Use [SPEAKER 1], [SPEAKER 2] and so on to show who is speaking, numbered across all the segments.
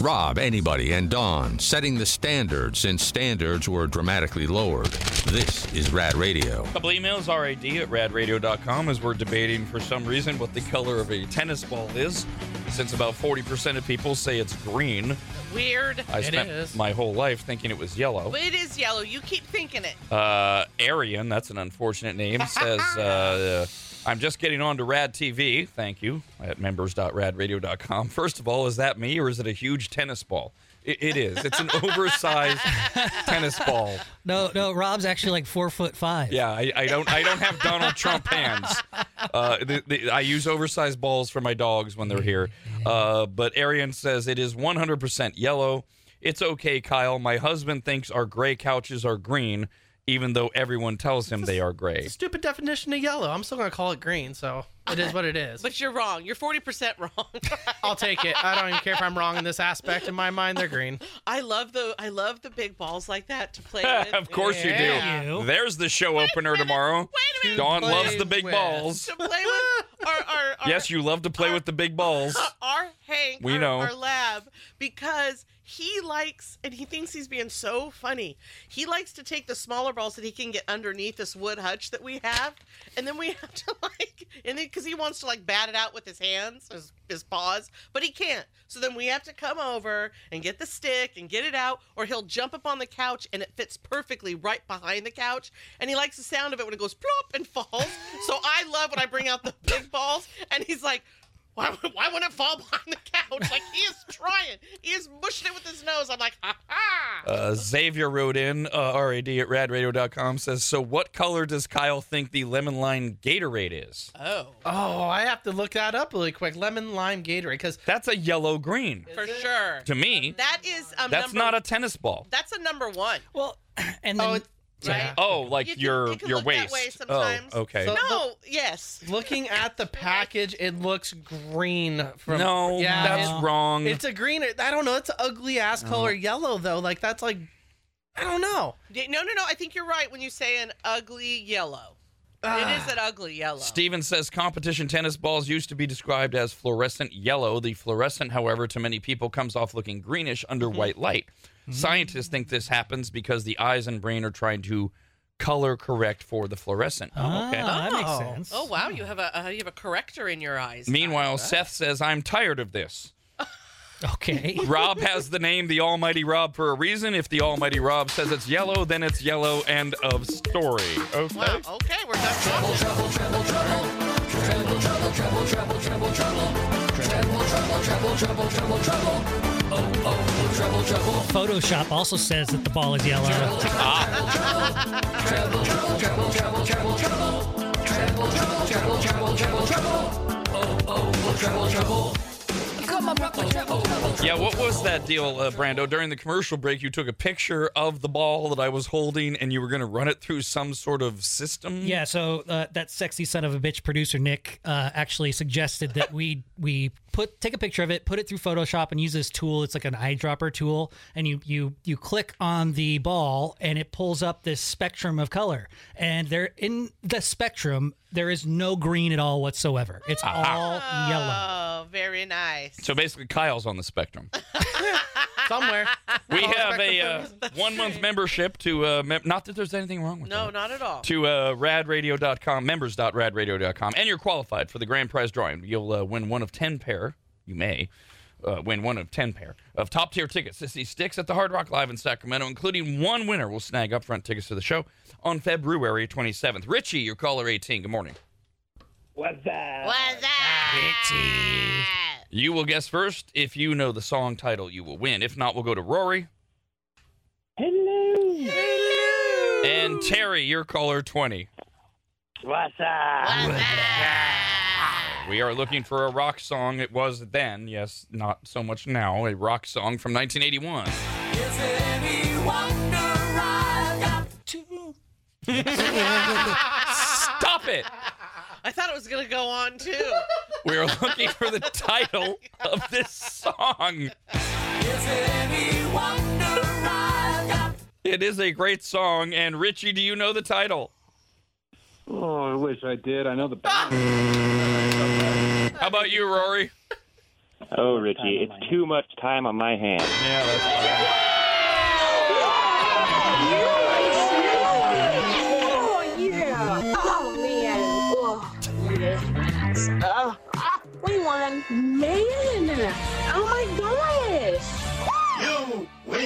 [SPEAKER 1] Rob, anybody, and Don setting the standard since standards were dramatically lowered. This is Rad Radio.
[SPEAKER 2] Couple emails, rad at radradio.com, as we're debating for some reason what the color of a tennis ball is, since about 40% of people say it's green.
[SPEAKER 3] Weird.
[SPEAKER 2] I
[SPEAKER 4] It
[SPEAKER 2] spent
[SPEAKER 4] is.
[SPEAKER 2] my whole life thinking it was yellow.
[SPEAKER 3] But it is yellow. You keep thinking it.
[SPEAKER 2] Uh, Arian, that's an unfortunate name, says, uh, uh, I'm just getting on to Rad TV. Thank you at members.radradio.com. First of all, is that me or is it a huge tennis ball? It, it is. It's an oversized tennis ball.
[SPEAKER 4] No, no, Rob's actually like four foot five.
[SPEAKER 2] Yeah, I, I don't. I don't have Donald Trump hands. Uh, the, the, I use oversized balls for my dogs when they're here. Uh, but Arian says it is 100% yellow. It's okay, Kyle. My husband thinks our gray couches are green, even though everyone tells him they are gray.
[SPEAKER 4] Stupid definition of yellow. I'm still gonna call it green, so it is what it is.
[SPEAKER 3] But you're wrong. You're 40% wrong.
[SPEAKER 4] I'll take it. I don't even care if I'm wrong in this aspect. In my mind, they're green.
[SPEAKER 3] I love the I love the big balls like that to play with.
[SPEAKER 2] of course you
[SPEAKER 4] Yeah.
[SPEAKER 2] do.
[SPEAKER 4] You.
[SPEAKER 2] There's the show opener tomorrow.
[SPEAKER 3] Wait a minute.
[SPEAKER 2] Dawn
[SPEAKER 4] Play
[SPEAKER 2] loves the big
[SPEAKER 4] with.
[SPEAKER 2] balls.
[SPEAKER 3] To play with our, our, our
[SPEAKER 2] Yes, you love to play with the big balls.
[SPEAKER 3] our Hank,
[SPEAKER 2] We
[SPEAKER 3] our,
[SPEAKER 2] know.
[SPEAKER 3] our lab, because he likes and he thinks he's being so funny. He likes to take the smaller balls that he can get underneath this wood hutch that we have, and then we have to like, and then because he wants to like bat it out with his hands, his, his paws, but he can't. So then we have to come over and get the stick and get it out, or he'll jump up on the couch and it fits perfectly right behind the couch, and he likes the sound of it when it goes plop and falls. so I love when I bring out the big balls, and he's like. Why, why wouldn't it fall behind the couch? Like he is trying. He is mushing it with his nose. I'm like, ha ha.
[SPEAKER 2] Uh, Xavier wrote in, uh, RAD at radradio.com says, So what color does Kyle think the lemon lime Gatorade is?
[SPEAKER 3] Oh,
[SPEAKER 5] Oh, I have to look that up really quick. Lemon lime Gatorade, because
[SPEAKER 2] That's a yellow green.
[SPEAKER 3] for sure.
[SPEAKER 2] To me,
[SPEAKER 3] That is um.
[SPEAKER 2] that's
[SPEAKER 3] number,
[SPEAKER 2] not a tennis ball.
[SPEAKER 3] That's a number one.
[SPEAKER 4] Well, and then,
[SPEAKER 5] Oh, it's-
[SPEAKER 3] Right.
[SPEAKER 2] Oh, like
[SPEAKER 3] You can-
[SPEAKER 2] your
[SPEAKER 3] you can
[SPEAKER 2] your
[SPEAKER 3] look
[SPEAKER 2] waist.
[SPEAKER 3] that way sometimes.
[SPEAKER 2] Oh, okay.
[SPEAKER 5] So-
[SPEAKER 3] No. Yes.
[SPEAKER 5] looking at the package, it looks green. From
[SPEAKER 2] no,
[SPEAKER 5] yeah,
[SPEAKER 2] that's
[SPEAKER 5] it-
[SPEAKER 2] wrong.
[SPEAKER 5] it's a green. I don't know. It's an ugly ass color yellow though. Like that's like, I don't know.
[SPEAKER 3] Yeah, No, no, no. I think you're right when you say an ugly yellow. It is an ugly yellow.
[SPEAKER 2] Steven says competition tennis balls used to be described as fluorescent yellow. The fluorescent, however, to many people comes off looking greenish under white light. Scientists think this happens because the eyes and brain are trying to color correct for the fluorescent.
[SPEAKER 4] Ah, that
[SPEAKER 5] Oh.
[SPEAKER 4] makes sense.
[SPEAKER 3] Oh wow, you have a uh, you have a corrector in your eyes.
[SPEAKER 2] Meanwhile, Seth says, I'm tired of this.
[SPEAKER 4] Okay.
[SPEAKER 2] Rob has the name the Almighty Rob for a reason. If the Almighty Rob says it's yellow, then it's yellow. End of story. Okay.
[SPEAKER 3] Wow. Okay, we're done. talking.
[SPEAKER 4] Photoshop also says that the ball is yellow.
[SPEAKER 2] Yeah, what was that deal, uh, Brando? During the commercial break, you took a picture of the ball that I was holding and you were going to run it through some sort of system?
[SPEAKER 4] Yeah, so uh, that sexy son of a bitch producer Nick uh, actually suggested that we we put take a picture of it, put it through Photoshop, and use this tool. It's like an eyedropper tool, and you you you click on the ball, and it pulls up this spectrum of color. And there in the spectrum, there is no green at all whatsoever. It's all yellow.
[SPEAKER 3] Oh, very nice.
[SPEAKER 2] So basically, Kyle's on the spectrum.
[SPEAKER 5] Somewhere.
[SPEAKER 2] We have a uh, one month membership to, uh, mem- not that there's anything wrong with
[SPEAKER 3] No,
[SPEAKER 2] that.
[SPEAKER 3] not at all.
[SPEAKER 2] to uh, radradio.com, members.radradio.com, and you're qualified for the grand prize drawing. You'll uh, win one of 10 pair, you may uh, win one of 10 pair of top tier tickets to see Sticks at the Hard Rock Live in Sacramento, including one winner will snag upfront tickets to the show on February 27th. Richie, your caller 18, good morning.
[SPEAKER 6] What's that?
[SPEAKER 3] What's that?
[SPEAKER 2] You will guess first. If you know the song title, you will win. If not, we'll go to Rory.
[SPEAKER 6] Hello.
[SPEAKER 2] And Terry, your caller 20.
[SPEAKER 6] What's that?
[SPEAKER 2] We are looking for a rock song. It was then, yes, not so much now, a rock song from 1981. Stop it!
[SPEAKER 3] I thought it was gonna go on too.
[SPEAKER 2] We are looking for the title of this song. It is a great song, and Richie, do you know the title?
[SPEAKER 6] Oh, I wish I did. I know the band.
[SPEAKER 2] How about you, Rory?
[SPEAKER 6] Oh, Richie, it's too much time on my hands.
[SPEAKER 2] Yeah, that's fine.
[SPEAKER 7] Oh, yeah. Oh, man. Oh, yeah. Oh, ah, we won. Man. Oh, my gosh.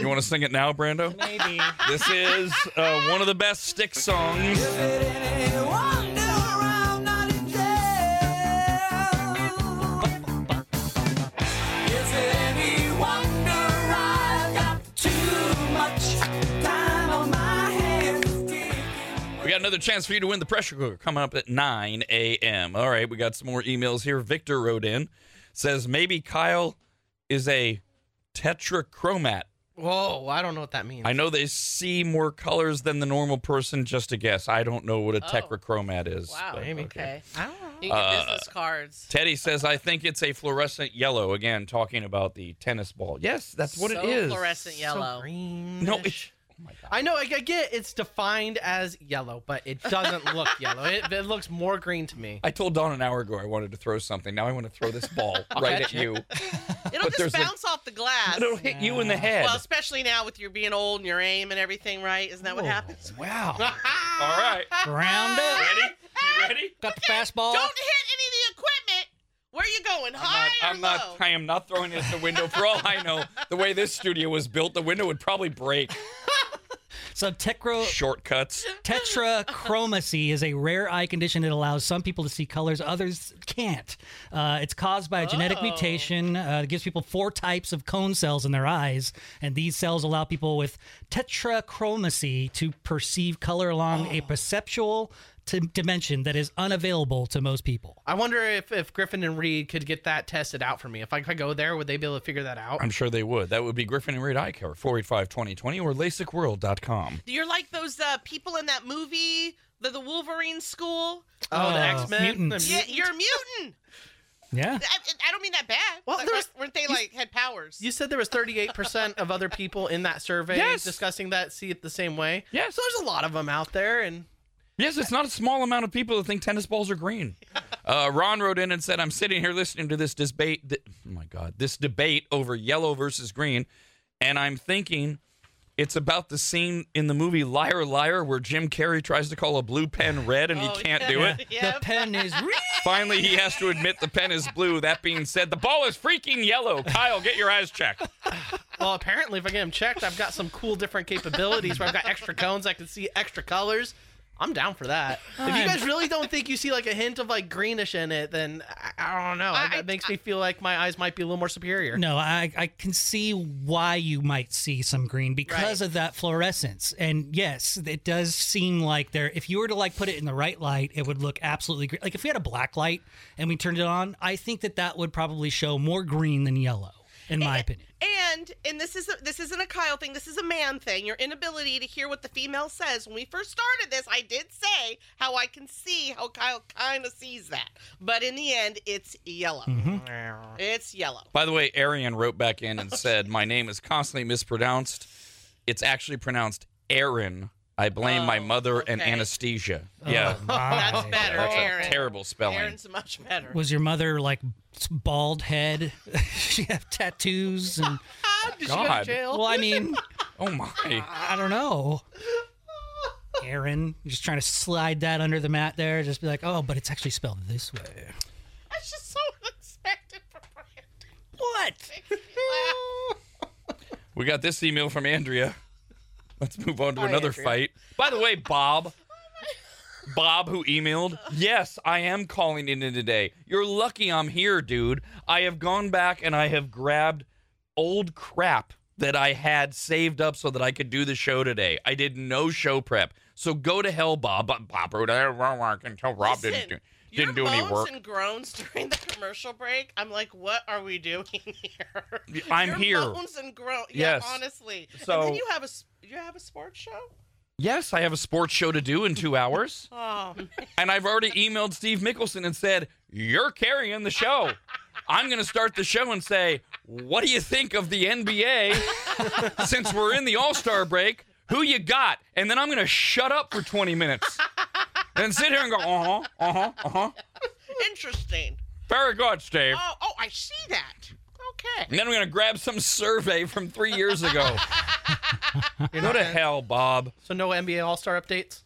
[SPEAKER 2] You want to sing it now, Brando?
[SPEAKER 4] Maybe.
[SPEAKER 2] This is uh, one of the best stick songs. We got another chance for you to win the pressure cooker coming up at 9 a.m. All right, we got some more emails here. Victor wrote in, says maybe Kyle is a tetrachromat.
[SPEAKER 5] Whoa, I don't know what that means.
[SPEAKER 2] I know they see more colors than the normal person. Just a guess. I don't know what a
[SPEAKER 3] Oh.
[SPEAKER 2] tetrachromat is.
[SPEAKER 3] Wow.
[SPEAKER 2] but
[SPEAKER 3] Okay.
[SPEAKER 5] I don't know.
[SPEAKER 3] You can get
[SPEAKER 2] Uh,
[SPEAKER 3] business cards.
[SPEAKER 2] Teddy says, I think it's a fluorescent yellow. Again, talking about the tennis ball. Yes, that's what it
[SPEAKER 3] So
[SPEAKER 2] is.
[SPEAKER 3] fluorescent
[SPEAKER 5] So
[SPEAKER 3] yellow.
[SPEAKER 5] green.
[SPEAKER 2] No, it's, oh my God.
[SPEAKER 5] I know. I, I get it's defined as yellow, but it doesn't look yellow. It, it looks more green to me.
[SPEAKER 2] I told Dawn an hour ago I wanted to throw something. Now I want to throw this ball right at you.
[SPEAKER 3] It'll
[SPEAKER 2] there's
[SPEAKER 3] just
[SPEAKER 2] a-
[SPEAKER 3] bounce off the glass.
[SPEAKER 2] It'll hit you in the head.
[SPEAKER 3] Well, especially now with your being old and your aim and everything, right? Isn't that what Ah! happens?
[SPEAKER 4] Wow.
[SPEAKER 2] Oh. All right.
[SPEAKER 4] Round up.
[SPEAKER 2] Ready? You ready?
[SPEAKER 4] Got the fastball.
[SPEAKER 3] Don't hit any of the equipment. Where you going? High
[SPEAKER 2] I'm
[SPEAKER 3] or
[SPEAKER 2] not,
[SPEAKER 3] low?
[SPEAKER 2] I am not throwing it at the window. For all I know, the way this studio was built, the window would probably break.
[SPEAKER 4] So tecro,
[SPEAKER 2] Shortcuts.
[SPEAKER 4] tetrachromacy is a rare eye condition that allows some people to see colors others can't. Uh, it's caused by a genetic
[SPEAKER 2] Oh.
[SPEAKER 4] mutation uh, that gives people four types of cone cells in their eyes, and these cells allow people with tetrachromacy to perceive color along a perceptual t- dimension that is unavailable to most people.
[SPEAKER 5] I wonder if, if Griffin and Reed could get that tested out for me. If I could go there, would they be able to figure that out?
[SPEAKER 2] I'm sure they would. That would be Griffin and Reed Eye Care, 485 2020 or LASIKworld.com.
[SPEAKER 3] You're like those uh, people in that movie, the, the Wolverine school.
[SPEAKER 5] oh,
[SPEAKER 4] Oh,
[SPEAKER 5] the X Men.
[SPEAKER 4] mutants.
[SPEAKER 3] Yeah, you're a mutant.
[SPEAKER 4] Yeah.
[SPEAKER 3] I, I don't mean that bad.
[SPEAKER 5] Well,
[SPEAKER 3] Like,
[SPEAKER 5] there was-
[SPEAKER 3] weren't they like had powers?
[SPEAKER 5] You said there was 38% of other people in that survey
[SPEAKER 2] Yes.
[SPEAKER 5] discussing that see it the same way.
[SPEAKER 2] Yes.
[SPEAKER 5] So there's a lot of them out there, and
[SPEAKER 2] Yes, it's not a small amount of people that think tennis balls are green. Uh, Ron wrote in and said, "I'm sitting here listening to this debate. Th- oh my God, this debate over yellow versus green, and I'm thinking it's about the scene in the movie Liar Liar where Jim Carrey tries to call a blue pen red and
[SPEAKER 3] Oh,
[SPEAKER 2] he can't
[SPEAKER 3] yeah.
[SPEAKER 2] do it.
[SPEAKER 3] Yep.
[SPEAKER 4] The pen is.
[SPEAKER 2] Finally, he has to admit the pen is blue. That being said, the ball is freaking yellow. Kyle, get your eyes checked.
[SPEAKER 5] well, apparently, if I get them checked, I've got some cool different capabilities where I've got extra cones, I can see extra colors. I'm down for that. If you
[SPEAKER 4] I'm-
[SPEAKER 5] guys really don't think you see like a hint of like greenish in it, then I, I don't know.
[SPEAKER 3] I-
[SPEAKER 5] that makes me feel like my eyes might be a little more superior.
[SPEAKER 4] No, I, I can see why you might see some green because
[SPEAKER 3] Right.
[SPEAKER 4] of that fluorescence. And yes, it does seem like there. If you were to like put it in the right light, it would look absolutely green. Like if we had a black light and we turned it on, I think that that would probably show more green than yellow, in
[SPEAKER 3] Oh,
[SPEAKER 4] my opinion.
[SPEAKER 3] And and this is a, this isn't a Kyle thing. This is a man thing. Your inability to hear what the female says. When we first started this, I did say how I can see how Kyle kind of sees that, but in the end, it's yellow.
[SPEAKER 2] Mm-hmm.
[SPEAKER 3] It's yellow.
[SPEAKER 2] By the way, Arian wrote back in and said, My name is constantly mispronounced. It's actually pronounced Aaron. I blame my
[SPEAKER 3] Oh,
[SPEAKER 2] mother and
[SPEAKER 3] okay.
[SPEAKER 2] anesthesia. yeah.
[SPEAKER 4] Oh, my.
[SPEAKER 3] That's better,
[SPEAKER 2] That's
[SPEAKER 3] Aaron.
[SPEAKER 2] a terrible spelling.
[SPEAKER 3] Aaron's much better.
[SPEAKER 4] Was your mother like bald head? she have tattoos and
[SPEAKER 5] Did she go to
[SPEAKER 2] God.
[SPEAKER 5] jail?
[SPEAKER 4] well, I mean,
[SPEAKER 2] Oh my.
[SPEAKER 4] I don't know. Aaron, just trying to slide that under the mat there. Just be like, oh, but it's actually spelled this way.
[SPEAKER 3] That's just so unexpected for Brandon.
[SPEAKER 4] What?
[SPEAKER 2] We got this email from Andrea. Let's move on to another
[SPEAKER 5] Andrea.
[SPEAKER 2] fight. By the way, Bob. Bob, who emailed, yes, I am calling in today. You're lucky I'm here, dude. I have gone back and I have grabbed old crap that I had saved up so that I could do the show today. I did no show prep. So go to hell, Bob. But Bob wrote, I don't work until Rob didn't do,
[SPEAKER 3] Listen, your
[SPEAKER 2] didn't do any
[SPEAKER 3] moans
[SPEAKER 2] work.
[SPEAKER 3] and groans during the commercial break. I'm like, what are we doing here?
[SPEAKER 2] I'm
[SPEAKER 3] your
[SPEAKER 2] here.
[SPEAKER 3] Moans and groans. Yeah,
[SPEAKER 2] Yes.
[SPEAKER 3] honestly.
[SPEAKER 2] So-
[SPEAKER 3] and then you have a s- you have a sports show.
[SPEAKER 2] Yes, I have a sports show to do in two hours.
[SPEAKER 3] Oh,
[SPEAKER 2] And I've already emailed Steve Mickelson and said, You're carrying the show. I'm going to start the show and say, What do you think of the NBA since we're in the All Star break? Who you got? And then I'm going to shut up for 20 minutes and sit here and go, Uh huh, uh huh, uh huh.
[SPEAKER 3] interesting.
[SPEAKER 2] Very good, Steve.
[SPEAKER 3] Oh, oh, I see that.
[SPEAKER 2] And then I'm going to grab some survey from three years ago. Go to hell, Bob.
[SPEAKER 5] So no NBA All Star updates.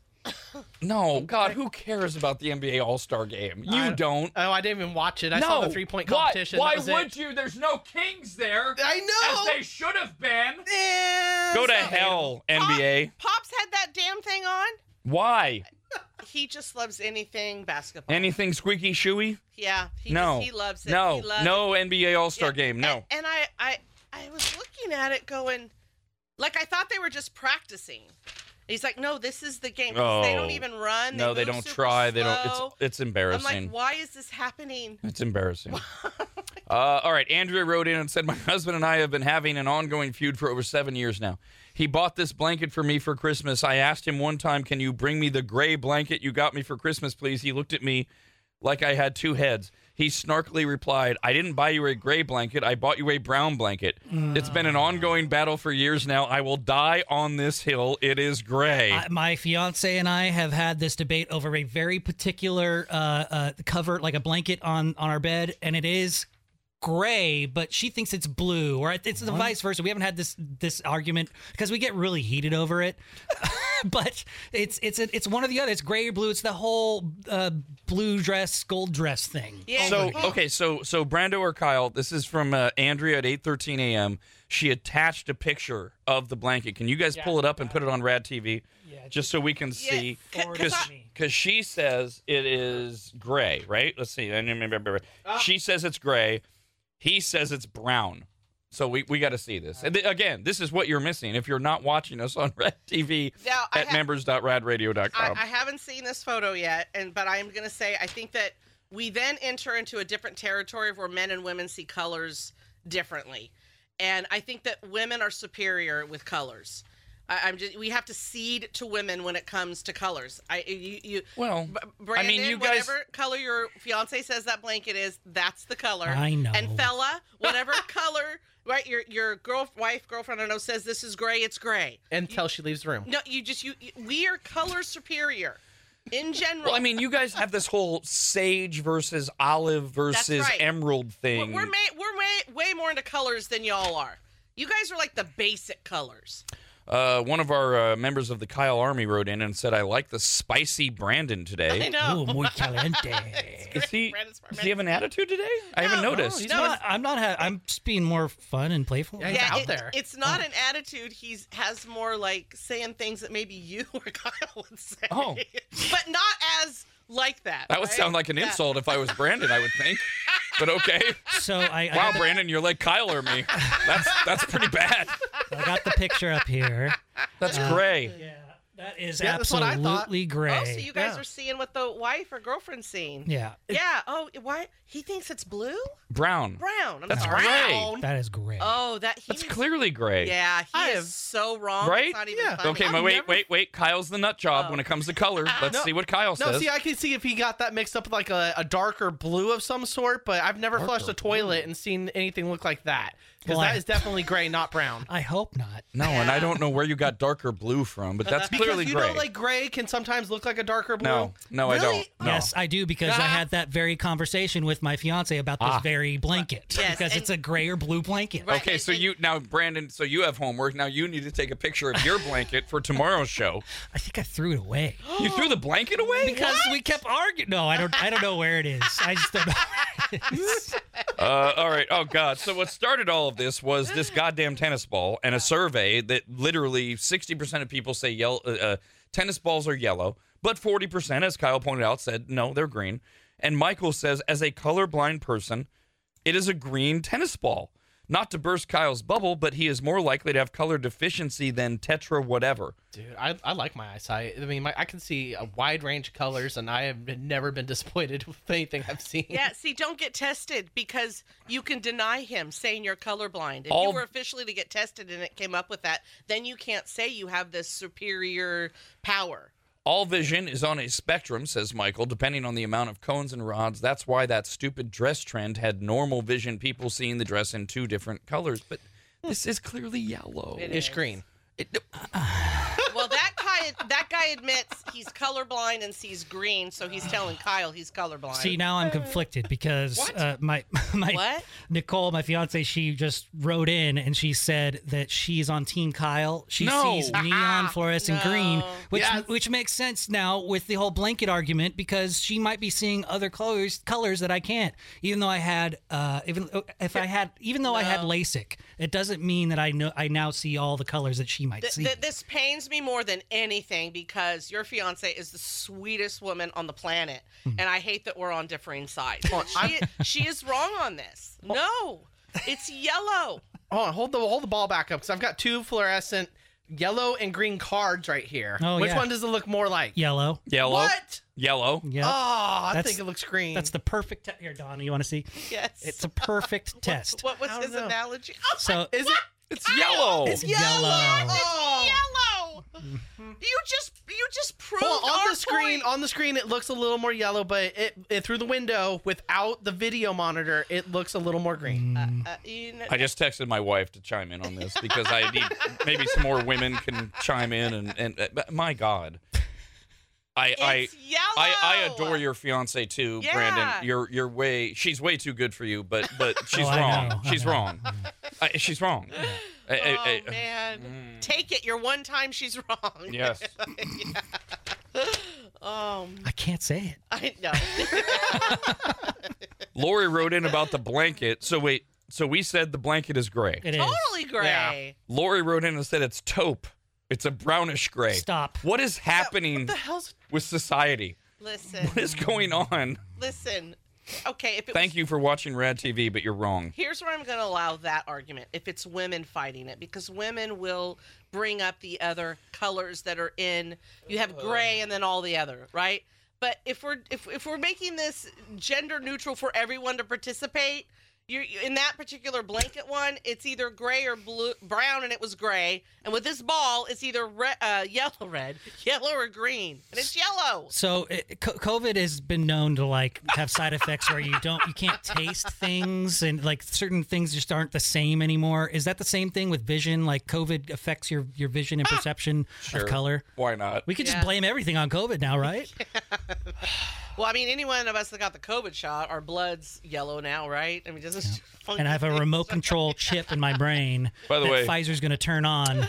[SPEAKER 2] No, God, who cares about the NBA All Star game? You
[SPEAKER 5] I-
[SPEAKER 2] don't.
[SPEAKER 5] Oh, I didn't even watch it. I
[SPEAKER 2] no.
[SPEAKER 5] saw the three point
[SPEAKER 2] Why-
[SPEAKER 5] competition.
[SPEAKER 2] Why,
[SPEAKER 5] That was it.
[SPEAKER 2] would you? There's no Kings there.
[SPEAKER 5] I know.
[SPEAKER 2] As they should have been.
[SPEAKER 3] Eh,
[SPEAKER 2] Go to
[SPEAKER 3] so-
[SPEAKER 2] hell,
[SPEAKER 3] Pop-
[SPEAKER 2] NBA.
[SPEAKER 3] Pops had that damn thing on.
[SPEAKER 2] Why?
[SPEAKER 3] He just loves anything basketball.
[SPEAKER 2] Anything squeaky shoey?
[SPEAKER 3] yeah, he
[SPEAKER 2] no.
[SPEAKER 3] just, he loves it.
[SPEAKER 2] No.
[SPEAKER 3] he loves
[SPEAKER 2] no NBA All Star
[SPEAKER 3] Yeah,
[SPEAKER 2] game.
[SPEAKER 3] and-
[SPEAKER 2] No.
[SPEAKER 3] And, I, I, I was looking at it going, like I thought they were just practicing. He's like, no, this is the game. 'Cause They
[SPEAKER 2] Oh.
[SPEAKER 3] don't even run.
[SPEAKER 2] no, they
[SPEAKER 3] move
[SPEAKER 2] don't
[SPEAKER 3] super
[SPEAKER 2] try. They don't. It's,
[SPEAKER 3] slow.
[SPEAKER 2] it's
[SPEAKER 3] I'm
[SPEAKER 2] embarrassing.
[SPEAKER 3] like, why is this happening?
[SPEAKER 2] It's embarrassing. uh, all right. Andrea wrote in and said, My husband and I have been having an ongoing feud for over seven years now. He bought this blanket for me for Christmas. I asked him one time, Can you bring me the gray blanket you got me for Christmas, please? He looked at me like I had two heads. He snarkily replied, I didn't buy you a gray blanket. I bought you a brown blanket. It's been an ongoing battle for years now. I will die on this hill. It is gray.
[SPEAKER 4] I, my fiance and I have had this debate over a very particular uh, uh, cover, like a blanket on on our bed, and it is gray, but she thinks it's blue, or it's the vice versa. We haven't had this this argument because we get really heated over it. but it's it's it's one or the other. It's gray or blue. It's the whole uh, blue dress, gold dress thing.
[SPEAKER 3] Yeah.
[SPEAKER 2] So
[SPEAKER 3] well,
[SPEAKER 2] okay, so so Brando or Kyle, this is from uh, Andrea at eight thirteen a.m. She attached a picture of the blanket. Can you guys pull it up and put it on Rad TV, just so we can see?
[SPEAKER 3] c- 'cause I-
[SPEAKER 2] Because she says it is gray, right? Let's see.
[SPEAKER 3] Ah.
[SPEAKER 2] She says it's gray. He says it's brown. So we, we got to see this. And th- again, this is what you're missing if you're not watching us on Rad TV
[SPEAKER 3] Now, I
[SPEAKER 2] at
[SPEAKER 3] ha-
[SPEAKER 2] members.radradio.com.
[SPEAKER 3] I, I haven't seen this photo yet, and but I'm gonna say I think that we then enter into a different territory where men and women see colors differently, and I think that women are superior with colors. I, I'm just we have to cede to women when it comes to colors. I you you
[SPEAKER 2] well,
[SPEAKER 3] B- Brandon,
[SPEAKER 2] I mean, you guys.
[SPEAKER 3] whatever color your fiance says that blanket is, that's the color.
[SPEAKER 4] I know.
[SPEAKER 3] And fella, whatever color, right? Your your girl, wife, girlfriend, I don't know, says this is gray. It's gray.
[SPEAKER 5] Until she leaves the room.
[SPEAKER 3] No, you just you. you- we are color superior, in general.
[SPEAKER 2] Well, I mean, you guys have this whole sage versus olive versus
[SPEAKER 3] right.
[SPEAKER 2] emerald
[SPEAKER 3] we're
[SPEAKER 2] thing.
[SPEAKER 3] we're, ma- we're way way more into colors than y'all are. You guys are like the basic colors.
[SPEAKER 2] uh, one of our uh, members of the Kyle Army wrote in and said, "I like the spicy Brandon
[SPEAKER 3] I
[SPEAKER 2] today."
[SPEAKER 3] know.
[SPEAKER 4] Ooh, muy caliente.
[SPEAKER 2] Is he?
[SPEAKER 3] Brandon's smart,
[SPEAKER 2] Does he have an attitude today? I haven't
[SPEAKER 3] No, no,
[SPEAKER 2] noticed.
[SPEAKER 5] he's
[SPEAKER 4] No, I'm not. Ha- I'm just being more fun and playful.
[SPEAKER 5] Yeah, He's out
[SPEAKER 3] it-
[SPEAKER 5] there.
[SPEAKER 3] It's
[SPEAKER 2] Oh.
[SPEAKER 3] not an attitude. He's has more like saying things that maybe you or Kyle would say.
[SPEAKER 2] Oh.
[SPEAKER 3] but not as like that.
[SPEAKER 2] that would
[SPEAKER 3] right?
[SPEAKER 2] sound like an
[SPEAKER 3] Yeah.
[SPEAKER 2] insult if I was Brandon. I would think. But okay.
[SPEAKER 4] So I, I,
[SPEAKER 2] Wow,
[SPEAKER 4] got the,
[SPEAKER 2] Brandon, you're like Kyle or me. That's that's pretty bad.
[SPEAKER 4] I got the picture up here.
[SPEAKER 2] That's gray.
[SPEAKER 4] Yeah, that is
[SPEAKER 5] Yeah, that's what I thought.
[SPEAKER 4] absolutely gray.
[SPEAKER 3] Oh, so you guys
[SPEAKER 5] Yeah.
[SPEAKER 3] are seeing what the wife or girlfriend's seeing.
[SPEAKER 4] yeah,
[SPEAKER 3] Yeah. Oh, why he thinks it's blue,
[SPEAKER 2] Brown.
[SPEAKER 3] brown. I'm
[SPEAKER 2] That's
[SPEAKER 3] sorry.
[SPEAKER 2] gray.
[SPEAKER 4] that is gray.
[SPEAKER 3] Oh, that he
[SPEAKER 2] That's
[SPEAKER 3] needs-
[SPEAKER 2] clearly gray.
[SPEAKER 3] Yeah, he
[SPEAKER 5] I
[SPEAKER 3] is
[SPEAKER 5] have-
[SPEAKER 3] so wrong.
[SPEAKER 2] Right?
[SPEAKER 3] It's not even
[SPEAKER 5] Yeah.
[SPEAKER 3] funny.
[SPEAKER 2] Okay, but
[SPEAKER 5] I've
[SPEAKER 2] wait,
[SPEAKER 5] never-
[SPEAKER 2] wait, wait. Kyle's the nut job when it comes to color. Let's
[SPEAKER 5] No.
[SPEAKER 2] see what Kyle
[SPEAKER 5] No,
[SPEAKER 2] says.
[SPEAKER 5] see, I can see if he got that mixed up with like a, a darker blue of some sort, but I've never flushed a toilet and seen anything look like that. Because
[SPEAKER 4] Well, I-
[SPEAKER 5] that is definitely gray, not brown.
[SPEAKER 4] I hope not.
[SPEAKER 2] No, and I don't know where you got darker blue from, but that's
[SPEAKER 5] Because
[SPEAKER 2] clearly
[SPEAKER 5] you
[SPEAKER 2] gray.
[SPEAKER 5] know, like gray can sometimes look like a darker blue.
[SPEAKER 2] no, no, I
[SPEAKER 5] Really?
[SPEAKER 2] don't. No.
[SPEAKER 4] Yes, I do because
[SPEAKER 3] Ah.
[SPEAKER 4] I had that very conversation with my fiance about this
[SPEAKER 2] Ah.
[SPEAKER 4] very blanket
[SPEAKER 3] Yes,
[SPEAKER 4] because
[SPEAKER 3] and-
[SPEAKER 4] it's a gray or blue blanket.
[SPEAKER 3] Right.
[SPEAKER 2] Okay, so
[SPEAKER 3] and-
[SPEAKER 2] you now, Brandon. So you have homework. Now you need to take a picture of your blanket for tomorrow's show.
[SPEAKER 4] I think I threw it away
[SPEAKER 2] You threw the blanket away
[SPEAKER 4] because we kept arguing. No, I don't. I don't know where it is. I just don't know. Where it is.
[SPEAKER 2] Uh, all right. Oh God. So what started all of this was this goddamn tennis ball and a survey that literally 60% of people say yellow. Uh, uh, tennis balls are yellow, but 40%, as Kyle pointed out, said no, they're green. And Michael says, as a colorblind person, it is a green tennis ball. Not to burst Kyle's bubble, but he is more likely to have color deficiency than tetra whatever.
[SPEAKER 5] Dude, I, I like my eyesight. I mean, my, I can see a wide range of colors, and I have been, never been disappointed with anything I've seen.
[SPEAKER 3] Yeah, see, don't get tested because you can deny him saying you're colorblind. If
[SPEAKER 2] All-
[SPEAKER 3] you were officially to get tested and it came up with that, then you can't say you have this superior power.
[SPEAKER 2] All vision is on a spectrum, says Michael, depending on the amount of cones and rods. That's why that stupid dress trend had normal vision people seeing the dress in two different colors. But this is clearly yellow.
[SPEAKER 5] Ish green.
[SPEAKER 2] It-
[SPEAKER 3] Well, that guy that guy admits he's colorblind and sees green, so he's telling Kyle he's colorblind.
[SPEAKER 4] See, now I'm conflicted because uh, my my
[SPEAKER 3] What?
[SPEAKER 4] Nicole, my fiance, she just wrote in and she said that she's on Team Kyle. She
[SPEAKER 2] No.
[SPEAKER 4] sees neon fluorescent green,
[SPEAKER 3] No.
[SPEAKER 4] which
[SPEAKER 5] Yes.
[SPEAKER 4] which makes sense now with the whole blanket argument because she might be seeing other colors colors that I can't. Even though I had uh even if I had even though I had LASIK, it doesn't mean that I know I now see all the colors that she might
[SPEAKER 3] Th-
[SPEAKER 4] see.
[SPEAKER 3] th- this pains me more than anything because your fiance is the sweetest woman on the planet,
[SPEAKER 5] Hmm.
[SPEAKER 3] and I hate that we're on differing sides. She, she is wrong on this. No, it's yellow.
[SPEAKER 5] Hold on, hold the hold the ball back up because I've got two fluorescent yellow and green cards right here.
[SPEAKER 4] Oh,
[SPEAKER 5] Which
[SPEAKER 4] yeah.
[SPEAKER 5] one does it look more like?
[SPEAKER 4] Yellow.
[SPEAKER 2] Yellow.
[SPEAKER 5] What?
[SPEAKER 2] Yellow.
[SPEAKER 4] Yeah.
[SPEAKER 5] Oh, I
[SPEAKER 4] That's-
[SPEAKER 5] think it looks green.
[SPEAKER 4] That's the perfect te- here, Donna, you want to see?
[SPEAKER 3] Yes.
[SPEAKER 4] It's a perfect test.
[SPEAKER 3] what was
[SPEAKER 5] I don't
[SPEAKER 3] his
[SPEAKER 5] know.
[SPEAKER 3] analogy? Oh,
[SPEAKER 4] So
[SPEAKER 5] is it?
[SPEAKER 2] It's yellow.
[SPEAKER 4] It's yellow.
[SPEAKER 3] It's yellow. You just you just proved
[SPEAKER 5] Mm-hmm. Well, on
[SPEAKER 3] our
[SPEAKER 5] the screen,
[SPEAKER 3] point.
[SPEAKER 5] on the screen, it looks a little more yellow, but it, it through the window without the video monitor, it looks a little more green.
[SPEAKER 3] Uh, you know,
[SPEAKER 2] I just texted my wife to chime in on this because I need maybe some more women can chime in and and uh, but my God, I I.
[SPEAKER 3] it's yellow.
[SPEAKER 2] I, I adore your fiance too,
[SPEAKER 3] Yeah.
[SPEAKER 2] Brandon. You're you're way she's way too good for you, but but she's
[SPEAKER 4] Oh, I
[SPEAKER 2] wrong.
[SPEAKER 4] know, I
[SPEAKER 2] She's
[SPEAKER 4] know.
[SPEAKER 2] wrong. I, she's wrong. I-
[SPEAKER 3] Oh
[SPEAKER 2] I- mm. I-
[SPEAKER 3] man, take it. Your one time she's wrong.
[SPEAKER 2] Yes.
[SPEAKER 3] Um,
[SPEAKER 4] I can't say it.
[SPEAKER 3] I know.
[SPEAKER 2] Lori wrote in about the blanket. So wait, so we said the blanket is gray.
[SPEAKER 4] It is.
[SPEAKER 3] totally gray.
[SPEAKER 2] Lori wrote in and said it's taupe. It's a brownish gray.
[SPEAKER 4] Stop.
[SPEAKER 2] What is happening
[SPEAKER 5] the hell's
[SPEAKER 2] with society?
[SPEAKER 3] Listen,
[SPEAKER 2] What is going on?
[SPEAKER 3] listen. Okay, if it
[SPEAKER 2] Thank
[SPEAKER 3] was,
[SPEAKER 2] you for watching Rad TV, but you're wrong.
[SPEAKER 3] Here's where I'm going to allow that argument if it's women fighting it, because women will bring up the other colors that are in. You have gray and then all the other, right? But if we're if, if we're making this gender neutral for everyone to participate, you're you- in that particular blanket one. It's either gray or blue, brown, and it was gray. And with this ball, it's either re- uh, yellow, red, yellow or green, and it's yellow.
[SPEAKER 4] So it, co- COVID has been known to like have side effects where you don't, you can't taste things, and like certain things just aren't the same anymore. Is that the same thing with vision? Like COVID affects your your vision and perception
[SPEAKER 2] Sure.
[SPEAKER 4] of color.
[SPEAKER 2] Why not?
[SPEAKER 4] We could
[SPEAKER 3] Ah. Yeah.
[SPEAKER 4] just blame everything on COVID now, right?
[SPEAKER 3] Well, I mean, any one of us that got the COVID shot, our blood's yellow now, right? I mean, doesn't
[SPEAKER 4] And I have a remote control chip in my brain
[SPEAKER 2] By the
[SPEAKER 4] that
[SPEAKER 2] way-
[SPEAKER 4] Pfizer's going to turn on.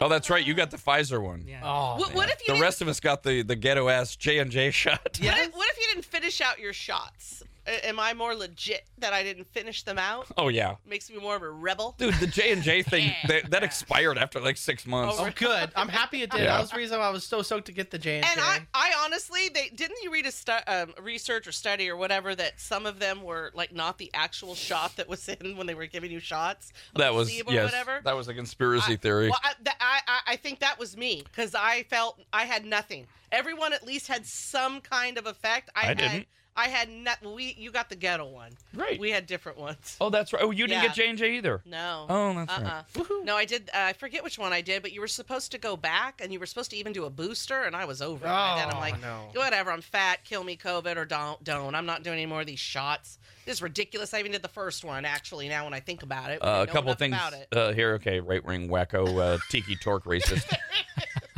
[SPEAKER 2] Oh, that's right. You got the Pfizer one.
[SPEAKER 3] What, what if you
[SPEAKER 2] The
[SPEAKER 3] didn't-
[SPEAKER 2] rest of us got the, the ghetto ass J and J shot.
[SPEAKER 3] what, if, what if you didn't finish out your shots? A- am I more legit that I didn't finish them out?
[SPEAKER 2] Oh yeah,
[SPEAKER 3] Makes me more of a rebel.
[SPEAKER 2] dude. The J and J thing that, that expired after like six months.
[SPEAKER 5] Oh, good. I'm happy it did.
[SPEAKER 2] Yeah.
[SPEAKER 5] That was the reason why I was so stoked to get the J and
[SPEAKER 3] And I, I honestly, they didn't you read a stu- um, research or study or whatever that some of them were like not the actual shot that was in when they were giving you shots. a
[SPEAKER 2] that was
[SPEAKER 3] placebo or
[SPEAKER 2] yes.
[SPEAKER 3] whatever.
[SPEAKER 2] That was a conspiracy
[SPEAKER 3] I-
[SPEAKER 2] theory.
[SPEAKER 3] Well, I, th- I, I, I think that was me because I felt I had nothing. Everyone at least had some kind of effect. I,
[SPEAKER 2] I
[SPEAKER 3] had,
[SPEAKER 2] didn't.
[SPEAKER 3] I had not. We you got the ghetto one.
[SPEAKER 2] Right.
[SPEAKER 3] We had different ones.
[SPEAKER 2] oh, that's right. Oh, you didn't
[SPEAKER 3] Yeah.
[SPEAKER 2] get J and J either.
[SPEAKER 3] No.
[SPEAKER 2] Oh, that's right.
[SPEAKER 3] uh-uh. No, I did. Uh, I forget which one I did, but you were supposed to go back, and you were supposed to even do a booster, and I was over. it by then I'm
[SPEAKER 5] Oh,
[SPEAKER 3] like,
[SPEAKER 5] no.
[SPEAKER 3] whatever. I'm fat. Kill me, COVID, or don't. Don't. I'm not doing any more of these shots. This is ridiculous. I even did the first one actually. Now when I think about it, when I
[SPEAKER 2] Uh, a
[SPEAKER 3] know
[SPEAKER 2] couple
[SPEAKER 3] enough
[SPEAKER 2] things
[SPEAKER 3] about it.
[SPEAKER 2] uh, here. Okay, right wing wacko, uh, Tiki Torque racist.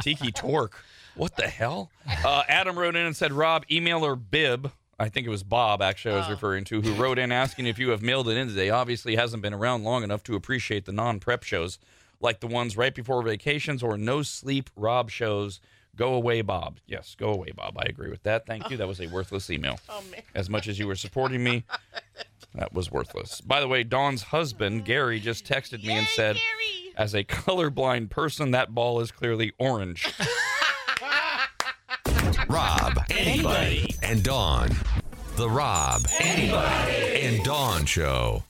[SPEAKER 2] Tiki Torque. What the hell? Uh, Adam wrote in and said, Rob, emailer Bib, I think it was Bob actually I
[SPEAKER 3] Oh.
[SPEAKER 2] was referring to, who wrote in asking if you have mailed it in today, obviously hasn't been around long enough to appreciate the non prep shows like the ones right before vacations or no sleep Rob shows. Go away, Bob. Yes, go away, Bob. I agree with that. Thank you. That was a worthless email.
[SPEAKER 3] Oh man.
[SPEAKER 2] As much as you were supporting me, that was worthless. By the way, Dawn's husband, Gary, just texted me and
[SPEAKER 3] Yay,
[SPEAKER 2] said,
[SPEAKER 3] Gary.
[SPEAKER 2] as a colorblind person, that ball is clearly orange.
[SPEAKER 1] Rob, anybody, and Dawn. The Rob, anybody, and Dawn Show.